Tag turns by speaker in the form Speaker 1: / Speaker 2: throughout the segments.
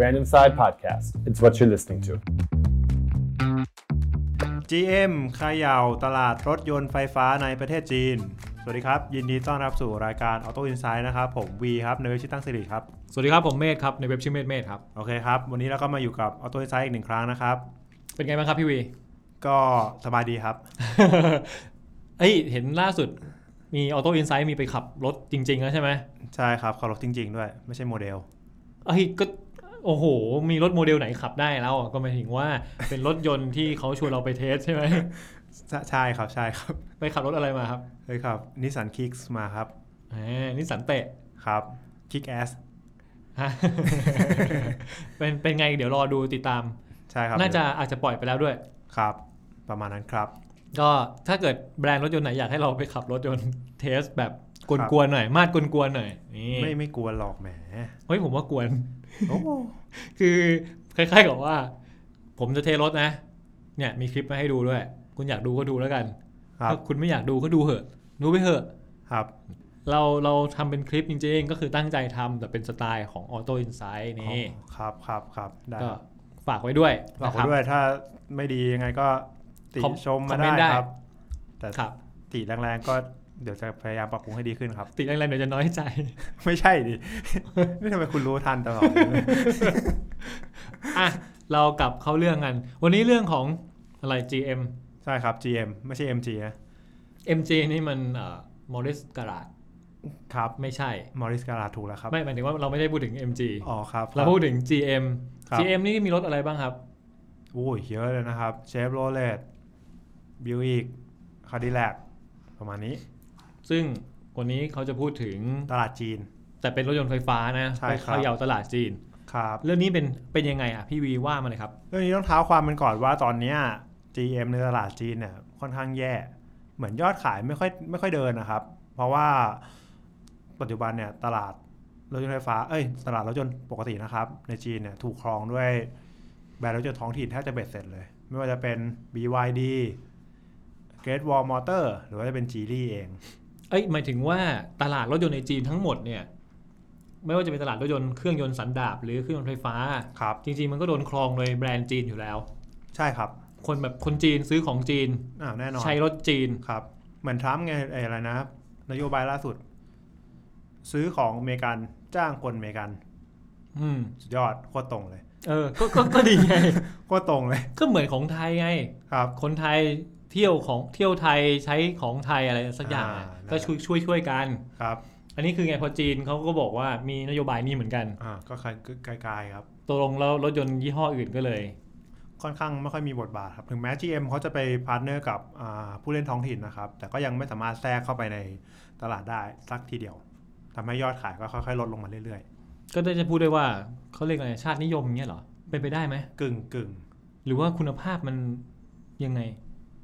Speaker 1: Random Side Podcast. It's what you're listening to.
Speaker 2: GM เขย่าตลาดรถยนต์ไฟฟ้าในประเทศจีน สวัสดีครับ ยินดีต้อนรับสู่รายการ Auto Insight นะครับ ผมวีครับในเว็บชื่อตั้งสิริครับ
Speaker 3: สวัสดีครับ ผมเมธครับ ในเว็บชื่อเมธเมธครับ
Speaker 2: โอเคครับ วันนี้เราก็มาอยู่กับ Auto Insight อีกหนึ่งครั้งนะครับ
Speaker 3: เป็นไงบ้างครับพี่วี
Speaker 2: ก็สบายดีครับ
Speaker 3: เอ้ยเห็นล่าสุดมีออโต้อินไซ h ์มีไปขับรถจริง ๆ แล้วใช่ไหม
Speaker 2: ใช่ครับเคารพจริง ๆ ด้วย ไม่ใช่โมเดล
Speaker 3: เอ้ยก็โอ้โห มีรถโมเดลไหนขับได้แล้วอ่ะก็หมายถึงว่าเป็นรถยนต์ที่เขาชวนเราไปเทสใช่ไหม
Speaker 2: ใช่ใช่ครับใช่ครับ
Speaker 3: ไปขับรถอะไรมาครับ
Speaker 2: เฮ้ยครับนิสสันคิกมาครับ
Speaker 3: แหมนิสสันเตะ
Speaker 2: ครับคิกแอส
Speaker 3: ฮะ เป็นเป็นไงเดี๋ยวรอดูติดตาม
Speaker 2: ใช่ครับ
Speaker 3: น่าจะอาจจะปล่อยไปแล้วด้วย
Speaker 2: ครับ ประมาณนั้นครับ
Speaker 3: ก็ถ้าเกิดแบรนด์รถยนต์ไหนอยากให้เราไปขับรถยนต์เทสแบบกวนๆหน่อย มาดกวนๆหน่อยนี่
Speaker 2: ไม่ไม่กลัวหรอกแหม
Speaker 3: เฮ้ยผมว่ากวน
Speaker 2: โอ้
Speaker 3: คือคล้ายๆกับว่า ผมจะเทรถนะ เนี่ยมีคลิปมาให้ดูด้วย คุณอยากดูก็ดูแล้วกัน
Speaker 2: ครับ
Speaker 3: ถ้าคุณไม่อยากดูก็ดูเหอะ ดูไปเหอะ
Speaker 2: ครับ
Speaker 3: เราเราทำเป็นคลิปจริงๆ ก็คือตั้งใจทำแต่เป็นสไตล์ของ Auto Insight นี่
Speaker 2: อ๋อครับครับครับได้ค
Speaker 3: ก็
Speaker 2: รับ
Speaker 3: ฝากไว้ด้วย
Speaker 2: ฝาก
Speaker 3: นะค
Speaker 2: ไว้
Speaker 3: รับ
Speaker 2: ด้วยถ้าไม่ดียังไงก็ติ
Speaker 3: คอม
Speaker 2: ชมมา
Speaker 3: คอมเมนต์ได้
Speaker 2: ได้ครับ แต่
Speaker 3: ครับ
Speaker 2: ติแรงๆก็เดี๋ยวจะพยายามปรับปรุงให้ดีขึ้นครับ
Speaker 3: ติดอะไรงๆเดี๋ยวจะน้อยใจ
Speaker 2: ไม่ใช่ดิ นี่ทำไมคุณรู้ทันตลอด
Speaker 3: อ่ะ เรากลับเข้าเรื่องกัน วันนี้เรื่องของอะไร GM
Speaker 2: ใช่ครับ GM ไม่ใช่ MG นะ
Speaker 3: MG นี่มันเอ่อ Morris Garage
Speaker 2: ครับ
Speaker 3: ไม่ใช่
Speaker 2: มอริสการาถูกแล้วครับ
Speaker 3: ไม่หมายถึงว่าเราไม่ได้พูดถึง MG
Speaker 2: อ๋อครับ
Speaker 3: เรา
Speaker 2: ค
Speaker 3: พู
Speaker 2: รับ
Speaker 3: ดถึง GM
Speaker 2: ครับ
Speaker 3: GM นี่มีรถอะไรบ้างครับ
Speaker 2: โอ้ยเยอะเลยนะครับเชฟโรเลตบิวอีกคาดิแลกประมาณนี้
Speaker 3: ซึ่งวันนี้เขาจะพูดถึง
Speaker 2: ตลาดจีน
Speaker 3: แต่เป็นรถยนต์ไฟฟ้านะ
Speaker 2: ใช่ครับ
Speaker 3: เขาเขย่าตลาดจีน
Speaker 2: ครับ
Speaker 3: เรื่องนี้เป็นเป็นยังไงอ่ะพี่วีว่ามาเลยครับ
Speaker 2: เรื่องนี้ต้องเท้าความมันก่อนว่าตอนเนี้ย GM ในตลาดจีนเนี่ยค่อนข้างแย่ เหมือนยอดขายไม่ค่อยไม่ค่อยเดินนะครับ เพราะว่าปัจจุบันเนี่ยตลาดรถยนต์ไฟฟ้า เอ้ยตลาดรถยนต์ปกตินะครับ ในจีนเนี่ยถูกครองด้วยแบรนด์รถยนต์ท้องถิ่นแทบจะเบ็ดเสร็จเลย ไม่ว่าจะเป็น BYD Great Wall Motor หรือว่าจะเป็น g ี i ีเอง
Speaker 3: เอ้ยหมายถึงว่าตลาดรถยนต์ในจีนทั้งหมดเนี่ยไม่ว่าจะเป็นตลาดรถยนต์เครื่องยนต์สันดาปหรือเครื่องยนต์ไฟฟ้า
Speaker 2: ครับ
Speaker 3: จริงๆมันก็โดนครองโดยแบรนด์จีนอยู่แล้ว
Speaker 2: ใช่ครับ
Speaker 3: คนแบบคนจีนซื้อของจีน
Speaker 2: อ้าวแน่นอน
Speaker 3: ใช้รถจีน
Speaker 2: ครับ เหมือนทรัมป์ไงไอ้อะไรนะ นโยบายล่าสุด ซื้อของอเมริกันจ้างคนอเมริกัน
Speaker 3: อืม
Speaker 2: สุดยอดโคตรตรงเลย
Speaker 3: เออก็ก็ก็ดีไง
Speaker 2: โคตรตรงเลย
Speaker 3: ก็เหมือนของไทยไง
Speaker 2: ครับ
Speaker 3: คนไทยเที่ยวของเที่ยวไทยใช้ของไทยอะไรสักอย่างอะ
Speaker 2: อ่า
Speaker 3: ก็ช่วยช่วยช่วยกัน
Speaker 2: ครับ
Speaker 3: อันนี้คือไงพอจีนเขาก็บอกว่ามีนโยบายนี้เหมือนกัน
Speaker 2: อ่าก็คล้ายก็ไกลๆครับ
Speaker 3: ตกลงแล้วรถยนต์ยี่ห้ออื่นก็เลย
Speaker 2: ค่อนข้างไม่ค่อยมีบทบาทครับ ถึงแม้ GM เขาจะไปพาร์ทเนอร์กับอ่าผู้เล่นท้องถิ่นนะครับ แต่ก็ยังไม่สามารถแทรกเข้าไปในตลาดได้สักทีเดียวทำให้ยอดขายก็ค่อยๆ ลดลงมาเรื่อย
Speaker 3: ก็ได้จะพูดได้ว่าเขาเรียกอะไรชาตินิยมเงี้ยเหรอเป็นไปได้ไหม
Speaker 2: ๆ กึ่งกึ่ง
Speaker 3: หรือว่าคุณภาพมันยังไง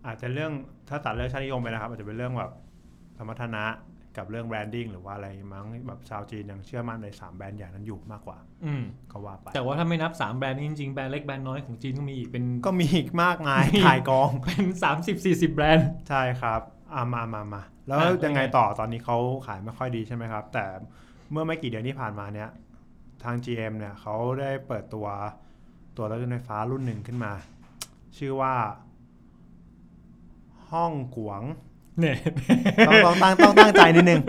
Speaker 2: อาจจะเรื่องถ้าตัดเรื่องชาตินิยมไปนะครับ อาจจะเป็นเรื่องแบบสมรรถนะกับเรื่องแบรนดิ้งหรือว่าอะไรมั้งแบบชาวจีนยังเชื่อมั่นในสามแบรนด์ใหญ่นั้นอยู่มากกว่า
Speaker 3: อืม
Speaker 2: ก็ว่าไป
Speaker 3: แต่ว่าถ้าไม่นับ 3 แบรนด์นี้จริงๆ แบรนด์เล็กแบรนด์น้อยของจีนก็มีอีกเป็น
Speaker 2: ก็มีอีกมากมายขายกอง
Speaker 3: เป็น 30 40 แบรนด์
Speaker 2: ใช่ครับอ่ามามามาแล้ว
Speaker 3: อ่ะ
Speaker 2: ยังไง
Speaker 3: ยังไง
Speaker 2: ต่อตอนนี้เขาขายไม่ค่อยดีใช่ไหมครับ แต่เมื่อไม่กี่เดือนที่ผ่านมาเนี้ยทาง GM เนี่ยเขาได้เปิดตัวตัวรถยนต์ไฟฟ้ารุ่นหนึ่งขึ้นมา ชื่อว่า ห้องกวง
Speaker 3: เนี่ย
Speaker 2: ต้องต้องตั้งต้องตั้งใจนิดนึง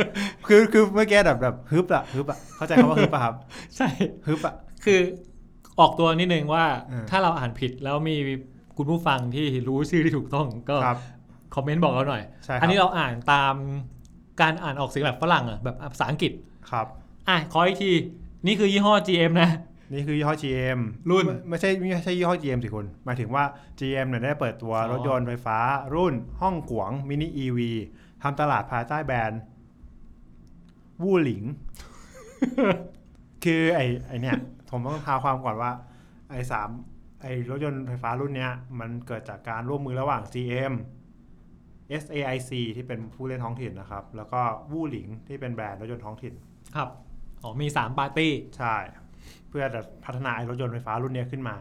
Speaker 2: คือคือเมื่อกี้แบบแบบฮึบอะฮึบอะเข้าใจคำว่าฮึบอะครับ
Speaker 3: ใช่
Speaker 2: ฮึบอะ
Speaker 3: คือออกตัวนิดนึงว่า
Speaker 2: อืม
Speaker 3: ถ้าเราอ่านผิดแล้วมีคุณผู้ฟังที่รู้ชื่อที่ถูกต้องก็
Speaker 2: ครับ
Speaker 3: คอมเมนต์บอกเราหน่อย
Speaker 2: ใช่ครับ
Speaker 3: อันนี้เราอ่านตามการอ่านออกเสียงแบบฝรั่งอะแบบภาษาอังกฤษ
Speaker 2: ครับ
Speaker 3: อ่ะ ขออีกที นี่คือยี่ห้อ GM นะ
Speaker 2: นี่คือยี่ห้อ GM
Speaker 3: รุ่น
Speaker 2: ไม่ไม่ใช่ไม่ใช่ยี่ห้อ GM สิคุณ หมายถึงว่า GM เนี่ยได้เปิดตัว
Speaker 3: อ๋อ
Speaker 2: รถยนต์ไฟฟ้ารุ่นห้องกวงมินิ EV ทำตลาดภายใต้แบรนด์ วูหลิง คือไอ้ไอ้เนี่ย ผมต้องพาความก่อนว่า ไอ้สามไอ้รถยนต์ไฟฟ้ารุ่นเนี้ย มันเกิดจากการร่วมมือระหว่าง GM SAIC ที่เป็นผู้เล่นท้องถิ่นนะครับ แล้วก็วูหลิงที่เป็นแบรนด์รถยนต์ท้องถิ่น
Speaker 3: ครับ อ๋อมี 3 ปาร์ตี้
Speaker 2: ใช่ เพื่อจะพัฒนาไอ้รถยนต์ไฟฟ้ารุ่นเนี้ยขึ้นมา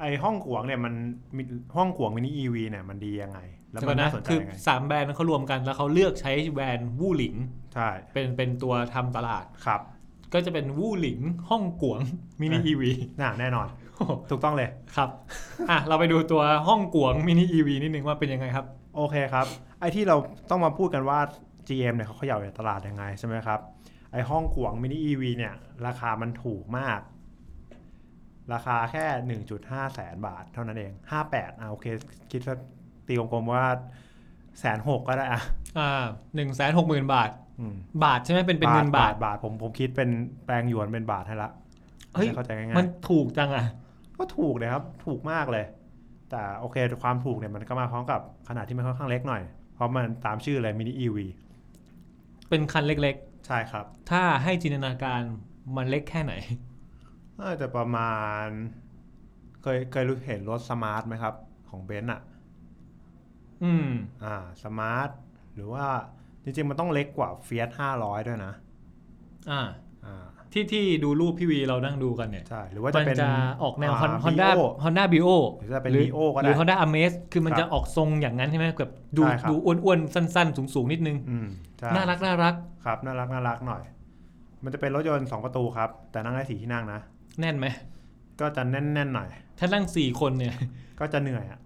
Speaker 2: ไอ้ห้องขวงเนี่ยมันมีห้องขวงมินิอีวีเนี่ยมันดียังไง แล้วมั
Speaker 3: แล้วก็
Speaker 2: น
Speaker 3: น
Speaker 2: น่า
Speaker 3: นะ
Speaker 2: สนใจ
Speaker 3: คือ
Speaker 2: ยังไง
Speaker 3: 3 แบรนด์เขารวมกันแล้วเขาเลือกใช้แบรนด์วูหลิง
Speaker 2: ใช่
Speaker 3: เป็นเป็นตัวทำตลาด
Speaker 2: ครับ
Speaker 3: ก็จะเป็นวู่หลิงฮ่องกวงมินิ
Speaker 2: อ่ะ
Speaker 3: อีวี
Speaker 2: น่าแน่นอน ถูกต้องเลย
Speaker 3: ครับ อ่ะ เราไปดูตัวฮ่องกวงมินิอีวีนิดนึงว่าเป็นยังไงครับ
Speaker 2: โอเคครับ ไอ้ที่เราต้องมาพูดกันว่า GM เนี่ยเขาเขย่าตลาดยังไงใช่ไหมครับ ไอ้ห้องกวงมินิ EV เนี่ย ราคามันถูกมาก ราคาแค่ 1.5 แสนบาทเท่านั้นเอง 58อ่าโอเค คิดว่าตีกลมๆว่าแสนหกก็ได้อ่ะ
Speaker 3: อ่าหนึ่งแสนหกหมื่นบาท
Speaker 2: อืม
Speaker 3: บาทใช่ไหมเป็นเป็นเงินบาท
Speaker 2: บาทผมผมคิดเป็นแปลงหยวนเป็นบาทให้ละ
Speaker 3: เฮ้ย
Speaker 2: จะเข้าใจง่ายๆ
Speaker 3: มันถูกจังอ่ะ
Speaker 2: ก็ถูกเลยครับ ถูกมากเลย แต่โอเคความถูกเนี่ยมันก็มาพร้อมกับขนาดที่มันค่อนข้างเล็กหน่อย เพราะมันตามชื่อเลยมินิ EV
Speaker 3: เป็นคันเล็ก
Speaker 2: ใช่ครับ
Speaker 3: ๆ ถ้าให้จินตนาการมันเล็กแค่ไหน
Speaker 2: น่าจะประมาณ เคยเคยรู้เห็นรถสมาร์ทไหมครับ ของเบนซ์อ่ะ
Speaker 3: อืม
Speaker 2: อ่าสมาร์ท หรือว่าจริงๆ มันต้องเล็กกว่าเฟียส500 ด้วยนะ
Speaker 3: อ่า
Speaker 2: อ่า
Speaker 3: ที่ที่ดูรูปพี่วีเรานั่งดูกันเนี่ย
Speaker 2: ใช่ หรือว่าจะ
Speaker 3: มัน
Speaker 2: เป็น
Speaker 3: จะออกแนว
Speaker 2: า
Speaker 3: Hon- Honda
Speaker 2: VO
Speaker 3: Honda Bio
Speaker 2: หรือจะเป็น Leo ก็ได้
Speaker 3: หรือ Honda Amaze คือมัน
Speaker 2: ครับ
Speaker 3: จะออกทรงอย่างนั้นใช่ไหมแบบดู
Speaker 2: ใช่ครับ
Speaker 3: ดูอ้วนๆ สั้นๆ สูงๆ นิดนึง
Speaker 2: อืมใช่
Speaker 3: น่ารักน่ารัก
Speaker 2: ครับ น่ารักน่ารักหน่อย มันจะเป็นรถยนต์ 2 ประตูครับ แต่นั่งได้สี่ที่นั่งนะ
Speaker 3: แน่นไหม
Speaker 2: ก็จะแน่นๆหน่อย
Speaker 3: ถ้านั่งสี่คนเนี่ย
Speaker 2: ก็จะเหนื่อยอ่ะ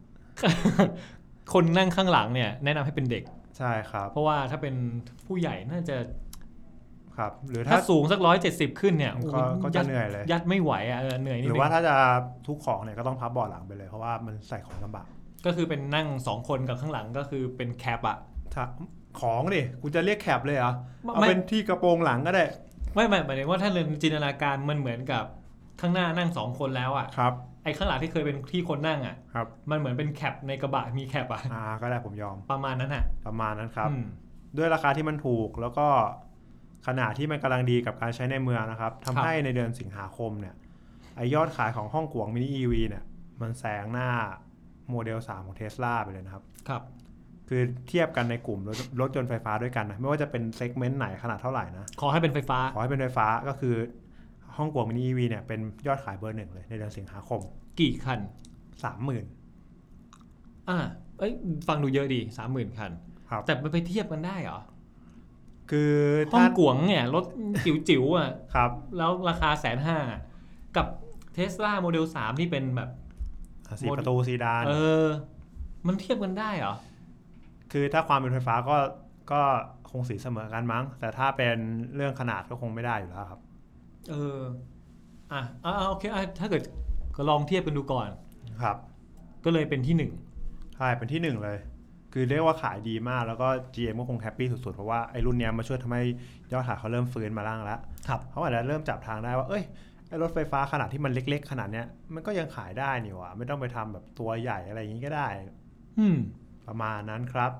Speaker 3: คนนั่งข้างหลังเนี่ย แนะนำให้เป็นเด็ก
Speaker 2: ใช่ครับ
Speaker 3: เพราะว่าถ้าเป็นผู้ใหญ่น่าจะ
Speaker 2: ครับ หรือ
Speaker 3: ถ้า
Speaker 2: ถ้า
Speaker 3: สูงสักร้อยเจ็ดสิบขึ้นเนี่ย
Speaker 2: ก็
Speaker 3: โอ้โห
Speaker 2: ก็จะเหนื่อยเลย
Speaker 3: ยัดไม่ไหวอ่ะเออเหนื่อยนิ
Speaker 2: ห
Speaker 3: ด
Speaker 2: รือ
Speaker 3: นึ
Speaker 2: ว่าง ถ้าจะทุกของเนี่ยก็ต้องพับเบาะหลังไปเลยเพราะว่ามันใส่ของลำบาก
Speaker 3: ก็คือเป็นนั่งสองคนกับข้างหลังก็คือเป็นแคปอ่ะ
Speaker 2: ถ้าของดิกูจะเรียกแคบเลยเหรอ
Speaker 3: ไม่
Speaker 2: เอาเป็นที่กระโปรงหลังก็ได้
Speaker 3: ไม่ไม่หมายถึงว่าถ้าเรียนจินตนาการมันเหมือนกับข้างหน้านั่งสองคนแล้วอ่ะ
Speaker 2: ครับ
Speaker 3: ไอ้ข้างหลังที่เคยเป็นที่คนนั่งอ่ะ
Speaker 2: ครับ
Speaker 3: มันเหมือนเป็นแคปในกระบะมีแคปอ่ะ
Speaker 2: อ่าก็ได้ผมยอม
Speaker 3: ประมาณนั้นอ่ะ
Speaker 2: ประมาณนั้นครับ
Speaker 3: อืม
Speaker 2: ด้วยราคาที่มันถูกแล้วก็ขนาดที่มันกำลังดีกับการใช้ในเมืองนะครับ
Speaker 3: ครั
Speaker 2: ทำ
Speaker 3: บ
Speaker 2: ให้ในเดือนสิงหาคมเนี่ยไอยอดขายของห้องกวงมินิ EV เนี่ยมันแซงหน้าโมเดล 3 ของเทสลาไปเลยนะครับ
Speaker 3: ครับ
Speaker 2: คือเทียบกันในกลุ่มรถรถยนต์ไฟฟ้าด้วยกันนะไม่ว่าจะเป็นเซกเมนต์ไหนขนาดเท่าไหร่นะ
Speaker 3: ขอให้เป็นไฟฟ้า
Speaker 2: ขอให้เป็นไฟฟ้าก็คือห้องกวงมินิ EV เนี่ยเป็นยอดขายเบอร์หนึ่งเลยในเดือนสิงหาคม
Speaker 3: กี่คัน
Speaker 2: 30,000
Speaker 3: อ่าเอ้ย ฟังดูเยอะดีสามหมื่นคัน
Speaker 2: ครับ
Speaker 3: แต่มันไปเทียบกันได้เหรอ
Speaker 2: คือ
Speaker 3: ห้อง
Speaker 2: ถ้าก
Speaker 3: วงเนี่ยรถจิ๋วๆอ่ะ
Speaker 2: ครับ
Speaker 3: แล้วราคาแสนห้ากับเทสลาโมเดลสามที่เป็นแบบ
Speaker 2: สี่ประตูซีดาน
Speaker 3: เออ มันเทียบกันได้เหรอ
Speaker 2: คือถ้าความเป็นไฟฟ้าก็ก็คงสีเสมอกันมั้ง แต่ถ้าเป็นเรื่องขนาดก็คงไม่ได้อยู่แล้วครับ
Speaker 3: เออ อ่ะอ่ะอ่ะโอเคอ่ะถ้าเกิดก็ลองเทียบกันดูก่อน
Speaker 2: ครับ
Speaker 3: ก็เลยเป็นที่หนึ่ง
Speaker 2: ใช่เป็นที่หนึ่งเลย คือเรียกว่าขายดีมาก แล้วก็ GM ก็คงแฮปปี้สุดๆ เพราะว่าไอ้รุ่นเนี้ยมาช่วยทำให้ยอดขายเขาเริ่มฟื้นมาล่างแล้ว
Speaker 3: ครับ
Speaker 2: เขาอาจจะเริ่มจับทางได้ว่า เอ้ยไอ้รถไฟฟ้าขนาดที่มันเล็ก ๆ ขนาดเนี้ยมันก็ยังขายได้นี่หว่าไม่ต้องไปทำแบบตัวใหญ่อะไรอย่างงี้ก็ได้
Speaker 3: อืม
Speaker 2: ประมาณนั้นครับ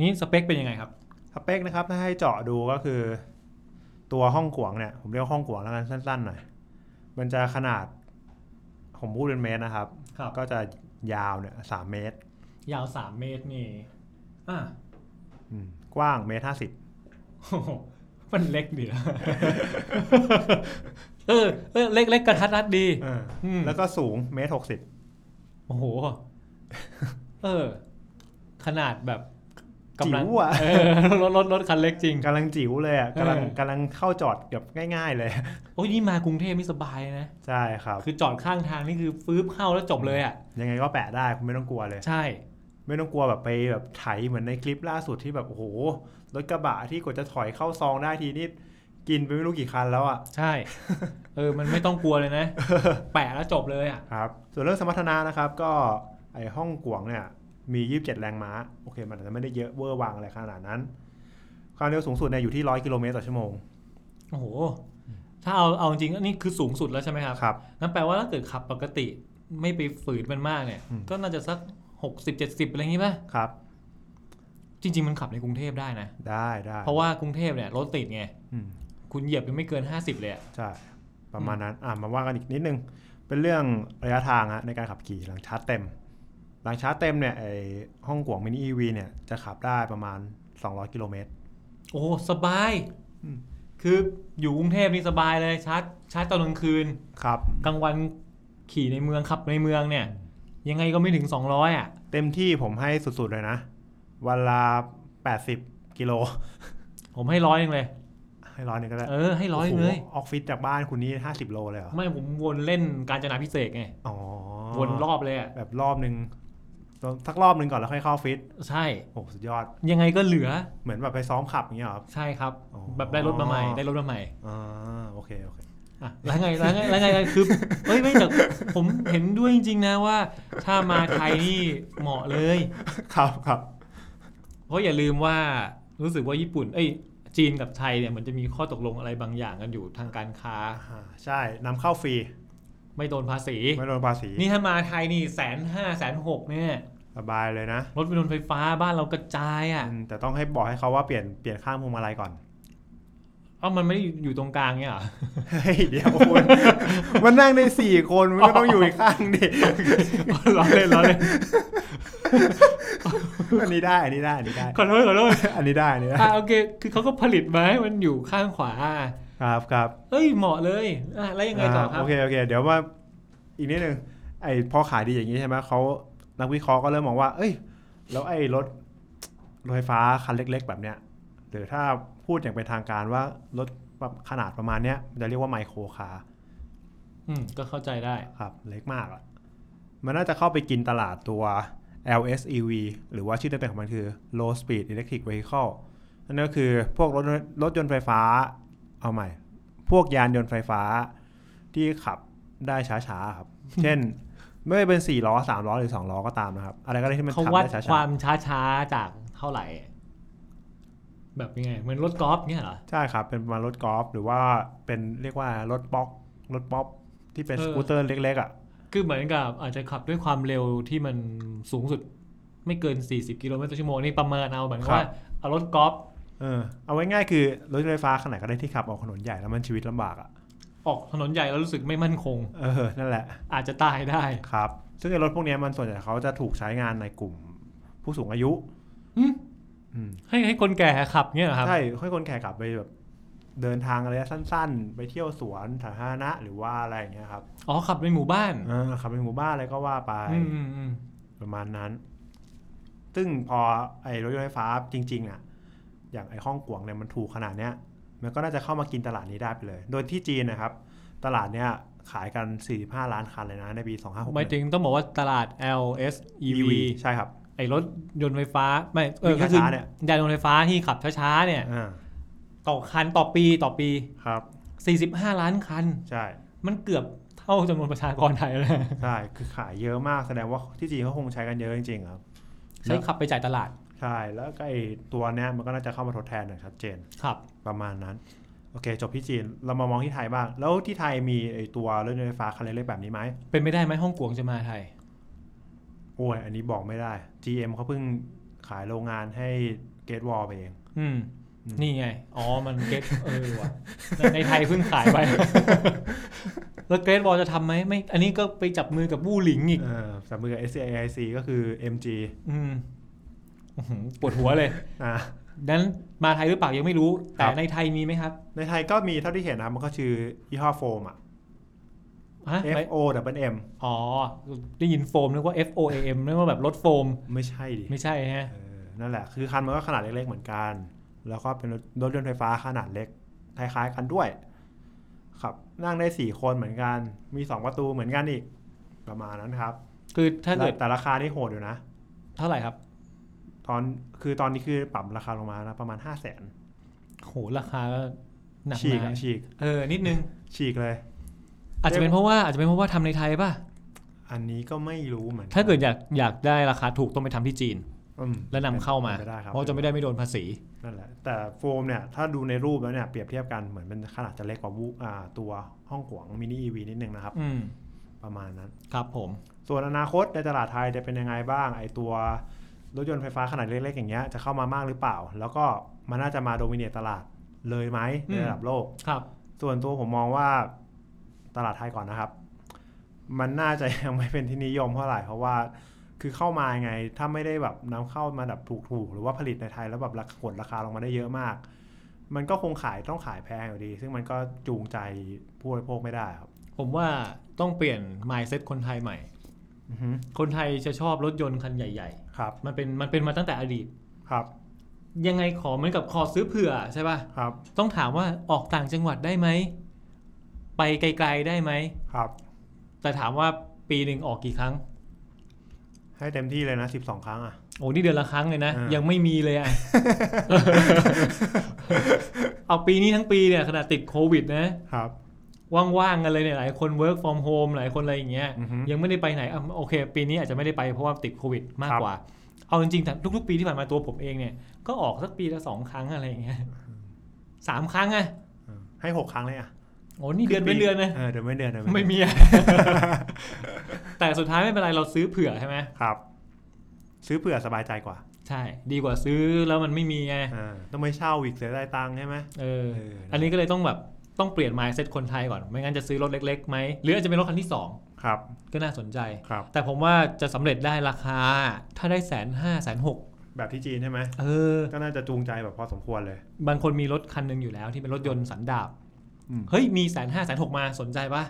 Speaker 3: นี่สเปคเป็นยังไงครับ
Speaker 2: สเปคนะครับ ถ้าให้เจาะดูก็คือ ตัวห้องกวางเนี่ย ผมเรียกว่าห้องกวางแล้วกันสั้นๆหน่อย มันจะขนาด ผมพูดเป็นเมตรนะครับ
Speaker 3: ครับ
Speaker 2: ก็จะยาวเนี่ยสามเมตร
Speaker 3: ยาวสามเมตรนี่ อ่ะ
Speaker 2: อืมกว้างเมตรห้าสิบ
Speaker 3: โอ้โหมันเล็กดีนะ เออเออเล็กเล็กกระทัดรัดดี อืม
Speaker 2: แล้วก็สูงเมตรหกสิบ
Speaker 3: โอ้โห เออ ขนาดแบบกำลัง
Speaker 2: จิ๋วอ่ะ
Speaker 3: เออ รถรถรถคันเล็กจริง
Speaker 2: กำลังจิ๋วเลยอ่ะกำลัง
Speaker 3: เออ
Speaker 2: กำลังเข้าจอดแบบง่าย ๆ เลย
Speaker 3: โอ้ยนี่มากรุงเทพนี่สบายเลยนะ
Speaker 2: ใช่ครับ
Speaker 3: คือจอดข้างทางนี่คือฟื้บเข้าแล้วจบเลยอ่ะ
Speaker 2: ยังไงก็แปะได้คุณไม่ต้องกลัวเลย
Speaker 3: ใช่
Speaker 2: ไม่ต้องกลัวแบบไปแบบไถเหมือนในคลิปล่าสุดที่แบบโอ้โหรถกระบะที่กว่าจะถอยเข้าซองได้ทีนี่กินไปไม่รู้กี่คันแล้วอ่ะ
Speaker 3: ใช่ เออ มันไม่ต้องกลัวเลย นะ แปะแล้วจบเลยอ่ะ
Speaker 2: ครับส่วนเรื่องสมรรถนะนะครับก็ไอห้องกวางเนี่ยมี 27 แรงม้าโอเค มันอาจจะไม่ได้เยอะเวอร์วังอะไรขนาดนั้น ความเร็วสูงสุดเนี่ยอยู่ที่ 100 กิโลเมตรต่อชั่วโมง
Speaker 3: โอ้โห ถ้าเอาเอาจริงๆอันนี้คือสูงสุดแล้วใช่ไหมครับ
Speaker 2: ครับ
Speaker 3: นั่นแปลว่าถ้าเกิดขับปกติไม่ไปฝืนมันมากเนี่ย
Speaker 2: อืม
Speaker 3: ก็น่าจะสักหกสิบเจ็ดสิบอะไรอย่างงี้ป่ะ
Speaker 2: ครับ
Speaker 3: จริง ๆ มันขับในกรุงเทพได้นะ
Speaker 2: ได้ได้
Speaker 3: เพราะว่ากรุงเทพเนี่ยรถติดไง
Speaker 2: อืม
Speaker 3: คุณเหยียบยังไม่เกิน 50 เลยอะ
Speaker 2: ใช่ประมาณนั้นอ่ะมาว่ากันอีกนิดนึง เป็นเรื่องระยะทางฮะในการขับขี่หลังชาร์จเต็ม หลังชาร์จเต็มเนี่ยไอห้องกวางมินิอีวีเนี่ยจะขับได้ประมาณ 200 กิโลเมตร
Speaker 3: โอ้สบาย
Speaker 2: อืม
Speaker 3: คืออยู่กรุงเทพนี่สบายเลยชาร์จชาร์จตอนกลางคืน
Speaker 2: ครับ
Speaker 3: กลางวันขี่ในเมืองขับในเมืองเนี่ย ยังไงก็ไม่ถึง 200 อ่ะ
Speaker 2: เต็มที่ผมให้สุดๆเลยนะวันละ80 กิโล
Speaker 3: ผมให้ร้อยหนึงเลย
Speaker 2: ให้ร้อยหนึงก็ได้
Speaker 3: เออให้ร้อยหนึ่งเลย
Speaker 2: โโหออฟฟิศจากบ้านคุณนี่ห้าสิบโลเลยเหรอ
Speaker 3: ไม่ผมวนเล่นการจนาพิเศษกไง
Speaker 2: อ๋อ
Speaker 3: วนรอบเลยอะ
Speaker 2: แบบรอบหนึ่งสักรอบหนึ่งก่อนแล้วค่อยเข้าออฟฟิศ
Speaker 3: ใช่
Speaker 2: โอ้โหสุดยอด
Speaker 3: ยังไงก็เหลือ
Speaker 2: เหมือนแบบไปซ้อมขับอย่างเงี้ยเหรอครับ
Speaker 3: ใช่ครับ
Speaker 2: อ๋อ
Speaker 3: แบบได้รถมาใหม่ได้รถมาใหม่
Speaker 2: อ่าโอเค โอเค
Speaker 3: อ่ะแล้วไงแล้วไงแล้วไงคือเฮ้ยไม่แต่ผมเห็นด้วยจริงๆนะว่า ถ้ามาไทยนี่เหมาะเลย
Speaker 2: ครับครับ
Speaker 3: เพราะอย่าลืมว่ารู้สึกว่าญี่ปุ่น เอ้ยจีนกับไทยเนี่ยมันจะมีข้อตกลงอะไรบางอย่างกันอยู่ทางการค้า
Speaker 2: อ่าใช่นำเข้าฟรี
Speaker 3: ไม่โดนภาษี
Speaker 2: ไม่โดนภาษี
Speaker 3: นี่ถ้ามาไทยนี่แสนห้าแสนหกเนี่ย
Speaker 2: สบายเลยนะ
Speaker 3: รถยนต์ไฟฟ้าบ้านเรากระจายอ่ะ
Speaker 2: อืมแต่ต้องให้บอกให้เขาว่าเปลี่ยนเปลี่ยนข้างพวงมาลัยก่อน
Speaker 3: เอ้ามันไม่ได้อยู่ตรงกลางเนี่ยเหรอ
Speaker 2: เฮ้ยเดี๋ยวคุณ มันนั่งได้สี่คนมันก็ต้องอยู่ อีกข้างดิ
Speaker 3: ล้อเล่นล้อเล่น
Speaker 2: อันนี้ได้ อันนี้ได้ อันนี้ได้
Speaker 3: ขอโทษขอโทษ
Speaker 2: อันนี้ได้ อันนี้ได้
Speaker 3: อ่ะโอเค คือเขาก็ผลิตมาให้มันอยู่ข้างขวาอ่ะ
Speaker 2: ครับครับ
Speaker 3: เอ้ยเหมาะเลยอ่ะแล้วยังไงต่อค
Speaker 2: า
Speaker 3: รับ
Speaker 2: โอเคโอเค เดี๋ยวว่าอีกนิดหนึ่งไอ้พอขายดีอย่างนี้ใช่ไหมเขานักวิเคราะห์ก็เริ่มมองว่า เอ้ย แล้วไอ้รถรถไฟฟ้าคันเล็ก ๆ แบบเนี้ยหรือถ้าพูดอย่างเป็นทางการว่ารถแบบขนาดประมาณเนี้ยจะเรียกว่าไมโครคาร์
Speaker 3: อืมก็เข้าใจได้
Speaker 2: ครับเล็กมากอะมันน่าจะเข้าไปกินตลาดตัว LSEV หรือว่าชื่อเต็มๆของมันคือ Low Speed Electric Vehicle นั่นก็คือพวกรถรถยนต์ไฟฟ้าเอาใหม่ พวกยานยนต์ไฟฟ้าที่ขับได้ช้าๆ ครับ เช่น ไม่ว่าเป็น4ล้อ3ล้อหรือ 2 ล้อก็ตามนะครับ อะไรก็ได้ที่มัน
Speaker 3: เขา
Speaker 2: ขับ
Speaker 3: วัด
Speaker 2: ได้
Speaker 3: ค
Speaker 2: ช้าว
Speaker 3: ามช้าๆจากเท่าไหร่ แบบยังไงเหมือนรถกอล์ฟเนี่ยเหรอ
Speaker 2: ๆ ใช่ครับ เป็นประมาณรถกอล์ฟหรือว่าเป็นเรียกว่ารถป๊อกรถป๊อปที่เป็น
Speaker 3: เออ
Speaker 2: สกูตเตอร์เล็กๆอ่ะ
Speaker 3: คือเหมือนกับอาจจะขับด้วยความเร็วที่มันสูงสุด ไม่เกิน 40 กิโลเมตรต่อชั่วโมงนี่ประเมินเอาเหมือนกับว่าเอารถกอล์ฟ
Speaker 2: เออเอาไว้ง่ายคือรถไฟฟ้าขนาดก็ได้ที่ขับออกถนนใหญ่แล้วมันชีวิตลำบากอ่ะ
Speaker 3: ออกถนนใหญ่แล้วรู้สึกไม่มั่นคง
Speaker 2: เออนั่นแหละ
Speaker 3: อาจจะตายได้
Speaker 2: ครับ ซึ่งไอ้รถพวกเนี้ยมันส่วนใหญ่เขาจะถูกใช้งานในกลุ่มผู้สูงอายุ
Speaker 3: อืม
Speaker 2: อืม
Speaker 3: ให้ให้คนแก่ขับเนี่ยเหรอครับ
Speaker 2: ใช่ค่อยคนแขกกลับไปแบบเดินทางระยะสั้น ๆ ไปเที่ยวสวนสาธารณะหรือว่าอะไรอย่างเงี้ยครับ
Speaker 3: อ๋อขับในหมู่บ้าน
Speaker 2: เออขับไปหมู่บ้านอะไรก็ว่าไป
Speaker 3: อืมอืมอืม
Speaker 2: ประมาณนั้น ซึ่งพอไอ้รถยนต์ไฟฟ้าจริง ๆ อ่ะ อย่างไอ้ห้องกวงเนี่ยมันถูกขนาดเนี้ย มันก็น่าจะเข้ามากินตลาดนี้ได้ไปเลย โดยที่จีนนะครับ ตลาดเนี้ยขายกัน 45 ล้านคันเลยนะในปี 2561
Speaker 3: หมายถึงต้องบอกว่าตลาด LS EV
Speaker 2: EV ใช่ครับ
Speaker 3: ไอ้รถยนต์ไฟฟ้าไม่เออ
Speaker 2: วิ่ง
Speaker 3: ก็คือ
Speaker 2: ช้าๆเนี่ย
Speaker 3: ยานยนต์ไฟฟ้าที่ขับช้าๆเนี่ย
Speaker 2: อ่า
Speaker 3: ต่อคันต่อปีต่อปี
Speaker 2: ครับ
Speaker 3: 45 ล้านคัน
Speaker 2: ใช่
Speaker 3: มันเกือบเท่าจำนวนประชากรไทยเลย
Speaker 2: ใช่ คือขายเยอะมาก แสดงว่าที่จีนเขาคงใช้กันเยอะจริงๆครับ
Speaker 3: ใช้ขับไปจ่ายตลาด
Speaker 2: ใช่ แล้วก็ไอตัวเนี้ยมันก็น่าจะเข้ามาทดแทนอย่างชัดเจน
Speaker 3: ครับ
Speaker 2: ประมาณนั้น โอเค จบที่จีน เรามามองที่ไทยบ้าง แล้วที่ไทยมีไอตัวรถยนต์ไฟฟ้าคันเล็กๆแบบนี้ไหม
Speaker 3: เป็นไม่ได้ไหมฮ่องกงจะมาไทย
Speaker 2: โอ้ย อันนี้บอกไม่ได้ GM เขาเพิ่งขายโรงงานให้เกตวอลไปเอง
Speaker 3: อืม
Speaker 2: อืม
Speaker 3: นี่ไง อ๋อ มันเกตเออ ว่ะในในไทยเพิ่งขายไป แล้วเกรดวอลจะทำไหมไม่ อันนี้ก็ไปจับมือกับบู้หลิงอีก
Speaker 2: เออจับมือกับ SCIC ก็คือ MG
Speaker 3: อืมอื้อหือปวดหัวเลย
Speaker 2: อ่า
Speaker 3: นั้นมาไทยหรือเปล่ายังไม่รู้ แต่
Speaker 2: ครับ
Speaker 3: ในไทยมีไหมครับ
Speaker 2: ในไทยก็มีเท่าที่เห็นนะครับมันก็ชื่อยี่ห้อโฟมอะ
Speaker 3: ฮะ
Speaker 2: F
Speaker 3: ไม่
Speaker 2: O W M
Speaker 3: อ๋อ ได้ยินโฟมนึกว่า F O A M นึกว่าแบบรถโฟม
Speaker 2: ไม่ใช่ดิ
Speaker 3: ไม่ใช่ฮะ
Speaker 2: เออนั่นแหละ คือคันมันก็ขนาดเล็กๆเหมือนกัน แล้วก็เป็นรถรถยนต์ไฟฟ้าขนาดเล็ก คล้ายๆกันด้วย ครับ นั่งได้สี่คนเหมือนกัน มีสองประตูเหมือนกันอีก ประมาณนั้นครับ
Speaker 3: คือถ้าเกิด
Speaker 2: แต่แต่ราคานี่โหดอยู่นะ
Speaker 3: เท่าไหร่ครับ
Speaker 2: ตอน คือตอนนี้คือปรับราคาลงมานะประมาณห้าแสน
Speaker 3: โห ราคาก็หนัก
Speaker 2: ฉีก
Speaker 3: มา
Speaker 2: อะ
Speaker 3: ก
Speaker 2: ฉีก
Speaker 3: เออ นิดนึง
Speaker 2: ฉีกเลย
Speaker 3: อาจจะเป็นเพราะว่าอาจจะเป็นเพราะว่าทำในไทยป่ะ
Speaker 2: อันนี้ก็ไม่รู้เหมือนน
Speaker 3: ถ้าเกิดอยากอยากได้ราคาถูกต้องไปทำที่จีน
Speaker 2: อืม
Speaker 3: แล้วนำเข้ามา
Speaker 2: ป็นไปได้ครับ
Speaker 3: เพราะจะไม่ได้ไม่โดนภาษี
Speaker 2: นั่นแหละ แต่โฟมเนี่ย ถ้าดูในรูปแล้วเนี่ย เปรียบเทียบกัน เหมือนเป็นขนาดจะเล็กกว่าวูอ่า ตัวห้องขวางมินิอีวีนิดนึงนะครับ
Speaker 3: อืม
Speaker 2: ประมาณนั้น
Speaker 3: ครับผม
Speaker 2: ส่วนอนาคตในตลาดไทยจะเป็นยังไงบ้าง ไอตัวรถยนต์ไฟฟ้าขนาดเล็กๆอย่างเงี้ยจะเข้ามามากหรือเปล่า แล้วก็มันน่าจะมาโดมิเนตตลาดเลยไหมในระดับโลก
Speaker 3: ครับ
Speaker 2: ส่วนตัวผมมองว่าตลาดไทยก่อนนะครับ มันน่าจะยังไม่เป็นที่นิยมเท่าไหร่เพราะว่าคือเข้ามายังไงถ้าไม่ได้แบบนำเข้ามาแบบถูกๆ หรือว่าผลิตในไทยแล้วแบบราคากดราคาลงมาได้เยอะมาก มันก็คงขายต้องขายแพงอยู่ดี ซึ่งมันก็จูงใจผู้บริโภคไม่ได้ครับ
Speaker 3: ผมว่าต้องเปลี่ยน mindset คนไทยใหม่
Speaker 2: อือฮึ
Speaker 3: คนไทยจะชอบรถยนต์คันใหญ่
Speaker 2: ครับ
Speaker 3: ๆ มันเป็นมันเป็นมาตั้งแต่อดีต
Speaker 2: ครับ
Speaker 3: ยังไงขอเหมือนกับขอซื้อเผื่อใช่ป่ะ
Speaker 2: ครับ
Speaker 3: ต้องถามว่าออกต่างจังหวัดได้ไหม ไปไกลๆได้ไหม
Speaker 2: ครับ
Speaker 3: แต่ถามว่าปีหนึ่งออกกี่ครั้ง
Speaker 2: ให้เต็มที่เลยนะสิบสองครั้งอ่ะ
Speaker 3: โอ้นี่เดือนละครั้งเลยนะ
Speaker 2: อ่ายั
Speaker 3: ยังไม่มี เลยอะ เอาปีนี้ทั้งปีเนี่ยขนาดติดโควิดนะ
Speaker 2: ครับ
Speaker 3: ว่างๆกันเลยเนี่ยหลายคน work from home หลายคนอะไรอย่างเงี้ย
Speaker 2: อือฮึ
Speaker 3: ยังไม่ได้ไปไหนอ่ะโอเค ปีนี้อาจจะไม่ได้ไปเพราะว่าติดโควิดมาก
Speaker 2: ครับ
Speaker 3: กว่า เอาจริงๆแต่ทุกๆ ปีที่ผ่านมาตัวผมเองเนี่ย ก็ออกสักปีละสองครั้งอะไรอย่างเงี้ยสามครั้งอะ
Speaker 2: อืมให้หกครั้งเลยอ่ะ
Speaker 3: โอ้นี่เดือนเป็นเดือนนะ
Speaker 2: เออเดือนไม่เดือนเดือนเดื
Speaker 3: ไม่
Speaker 2: อน
Speaker 3: มีอะ แต่สุดท้ายไม่เป็นไรเราซื้อเผื่อใช่ไหม
Speaker 2: ครับ ซื้อเผื่อสบายใจกว่า
Speaker 3: ใช่ ดีกว่าซื้อแล้วมันไม่มีไง
Speaker 2: เออต้องไม่เช่าอีกเสียได้ตังค์ใช่ไหม
Speaker 3: เออ
Speaker 2: เอออั
Speaker 3: อันนี้ก็เลยต้องแบบต้องเปลี่ยน mindset คนไทยก่อน ไม่งั้นจะซื้อรถเล็กๆไหมหรืออาจจะเป็นรถคันที่สอง
Speaker 2: ครับ
Speaker 3: ก็น่าสนใจ
Speaker 2: ครับ
Speaker 3: แต่ผมว่าจะสำเร็จได้ราคา ถ้าได้แสนห้าแสนหก
Speaker 2: แบบที่จีนใช่ไหม
Speaker 3: เออ
Speaker 2: ก็น่าจะจูงใจแบบพอสมควรเลย
Speaker 3: บางคนมีรถคันหนึ่งอยู่แล้วที่เป็นรถยนต์สันดาบ
Speaker 2: อืม
Speaker 3: เฮ้ย มีแสนห้าแสนหกมาสนใจปะ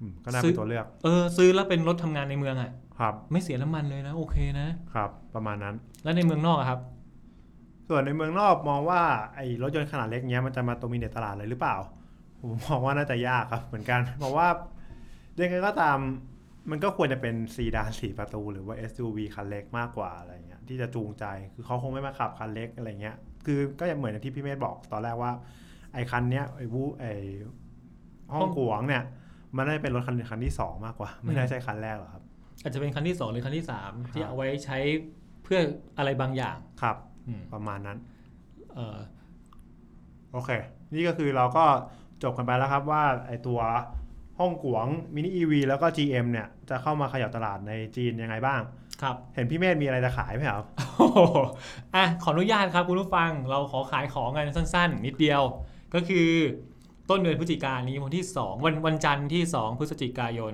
Speaker 2: อืมก็น่า
Speaker 3: ซื้
Speaker 2: เป็
Speaker 3: อ
Speaker 2: นตัวเลือก
Speaker 3: เออ ซื้อแล้วเป็นรถทำงานในเมืองอะ่ะ
Speaker 2: ครับ
Speaker 3: ไม่เสียน้ำมันเลยนะ โอเคนะ
Speaker 2: ครับ ประมาณนั้น
Speaker 3: แล้วในเมืองนอกอะครับ
Speaker 2: ส่วนในเมืองนอกมองว่าไอ้รถยนต์ขนาดเล็กเนี้ยมันจะมาโดมิเนตตลาดเลยหรือเปล่า ผมมองว่าน่าจะยากครับเหมือน กันเพราะว่ายังไงก็ตามมันก็ควรจะเป็นซีดานสี่ประตู หรือว่า SUV คันเล็กมากกว่าอะไรเงี้ยที่จะจูงใจคือเขาคงไม่มาขับคันเล็กอะไรเงี้ย คือก็อย่างเหมือนที่พี่เมธบอกตอนแรกว่า ไอ้คันเนี้ยไอ้วูไอ้ห้องกวงเนี่ย มันน่าจะเป็นรถคันคันที่สองมากกว่า ไม่น่าใช่คันแรกหรอกครับ
Speaker 3: อาจจะเป็นคันที่สองหรือคันที่สาม
Speaker 2: ครับ
Speaker 3: ที่เอาไว้ใช้เพื่ออะไรบางอย่าง
Speaker 2: ครับ
Speaker 3: อืม
Speaker 2: ประมาณนั้น
Speaker 3: เออ
Speaker 2: โอเค นี่ก็คือเราก็จบกันไปแล้วครับว่าไอตัวห้องกวงมินิ EV แล้วก็ GM เนี่ย จะเข้ามาขยับตลาดในจีนยังไงบ้าง
Speaker 3: ครับ
Speaker 2: เห็นพี่เมธมีอะไรจะขายไหมครับ
Speaker 3: โอ้โหอ่ะขออนุญาตครับคุณผู้ฟังเราขอขายของกันสั้น ๆ นิดเดียว ก็คือต้นเดือนพฤศจิกายนนี้วันที่ 2 วันวันจันทร์ที่ 2 พฤศจิกายน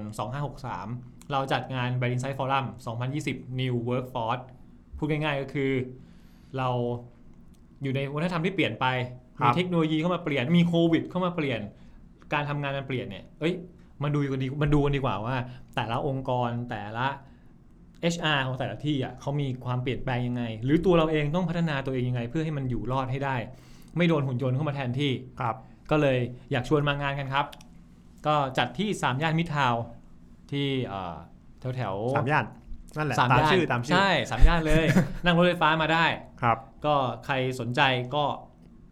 Speaker 3: 2563 เราจัดงาน b e r l i n Side Forum 2020 New Workforce พูดง่ายๆก็คือเราอยู่ในวัฒนธรรมที่เปลี่ยนไป
Speaker 2: ครับ
Speaker 3: มีเทคโนโลยีเข้ามาเปลี่ยนมีโควิดเข้ามาเปลี่ยน การทำงานมันเปลี่ยนเนี่ยเอ้ยมาดูกันดีมาดูกันดีกว่าว่า แต่ละองค์กรแต่ละ HR ของแต่ละที่อ่ะเขามีความเปลี่ยนแปลงยังไง หรือตัวเราเองต้องพัฒนาตัวเองยังไง เพื่อให้มันอยู่รอดให้ได้ ไม่โดนหุ่นยนต์เข้ามาแทนที่
Speaker 2: ครับ
Speaker 3: ก็เลยอยากชวนมางานกันครับ ก็จัดที่ 3 ย่านมิตรทาวน์ที่แถวแถวๆ
Speaker 2: สามย่าน นั่นแหละ
Speaker 3: สาม
Speaker 2: ตาม
Speaker 3: ย่าน
Speaker 2: ชื่อตามชื่อ
Speaker 3: ใช่สามย่านเลย นั่งรถไฟฟ้ามาได้
Speaker 2: ครับ
Speaker 3: ก็ใครสนใจก็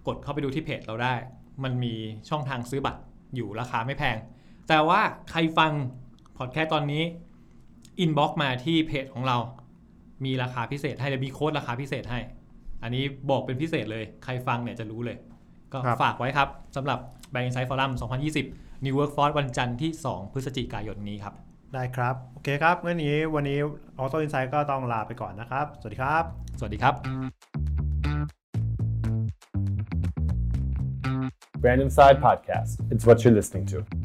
Speaker 3: กดเข้าไปดูที่เพจเราได้ มันมีช่องทางซื้อบัตรอยู่ราคาไม่แพง แต่ว่าใครฟังพอดแคสต์ตอนนี้อินบ็อกมาที่เพจของเรา มีราคาพิเศษให้และมีโค้ดราคาพิเศษให้ อันนี้บอกเป็นพิเศษเลย ใครฟังเนี่ยจะรู้เลย ก็
Speaker 2: ครับ
Speaker 3: ฝากไว้ครับสำหรับ b a n k Insight Forum 2020 New Workforce วันจันทร์ที่ 2 พฤศจิกายนนี้ครับ
Speaker 2: ได้ครับ โอเคครับงั้นนี้วันนี้ออโต้อินไซด์ก็ต้องลาไปก่อนนะครับ สวัสดีครับ
Speaker 3: สวัสดีครับ
Speaker 1: Brand Inside Podcast. It's what you're listening to.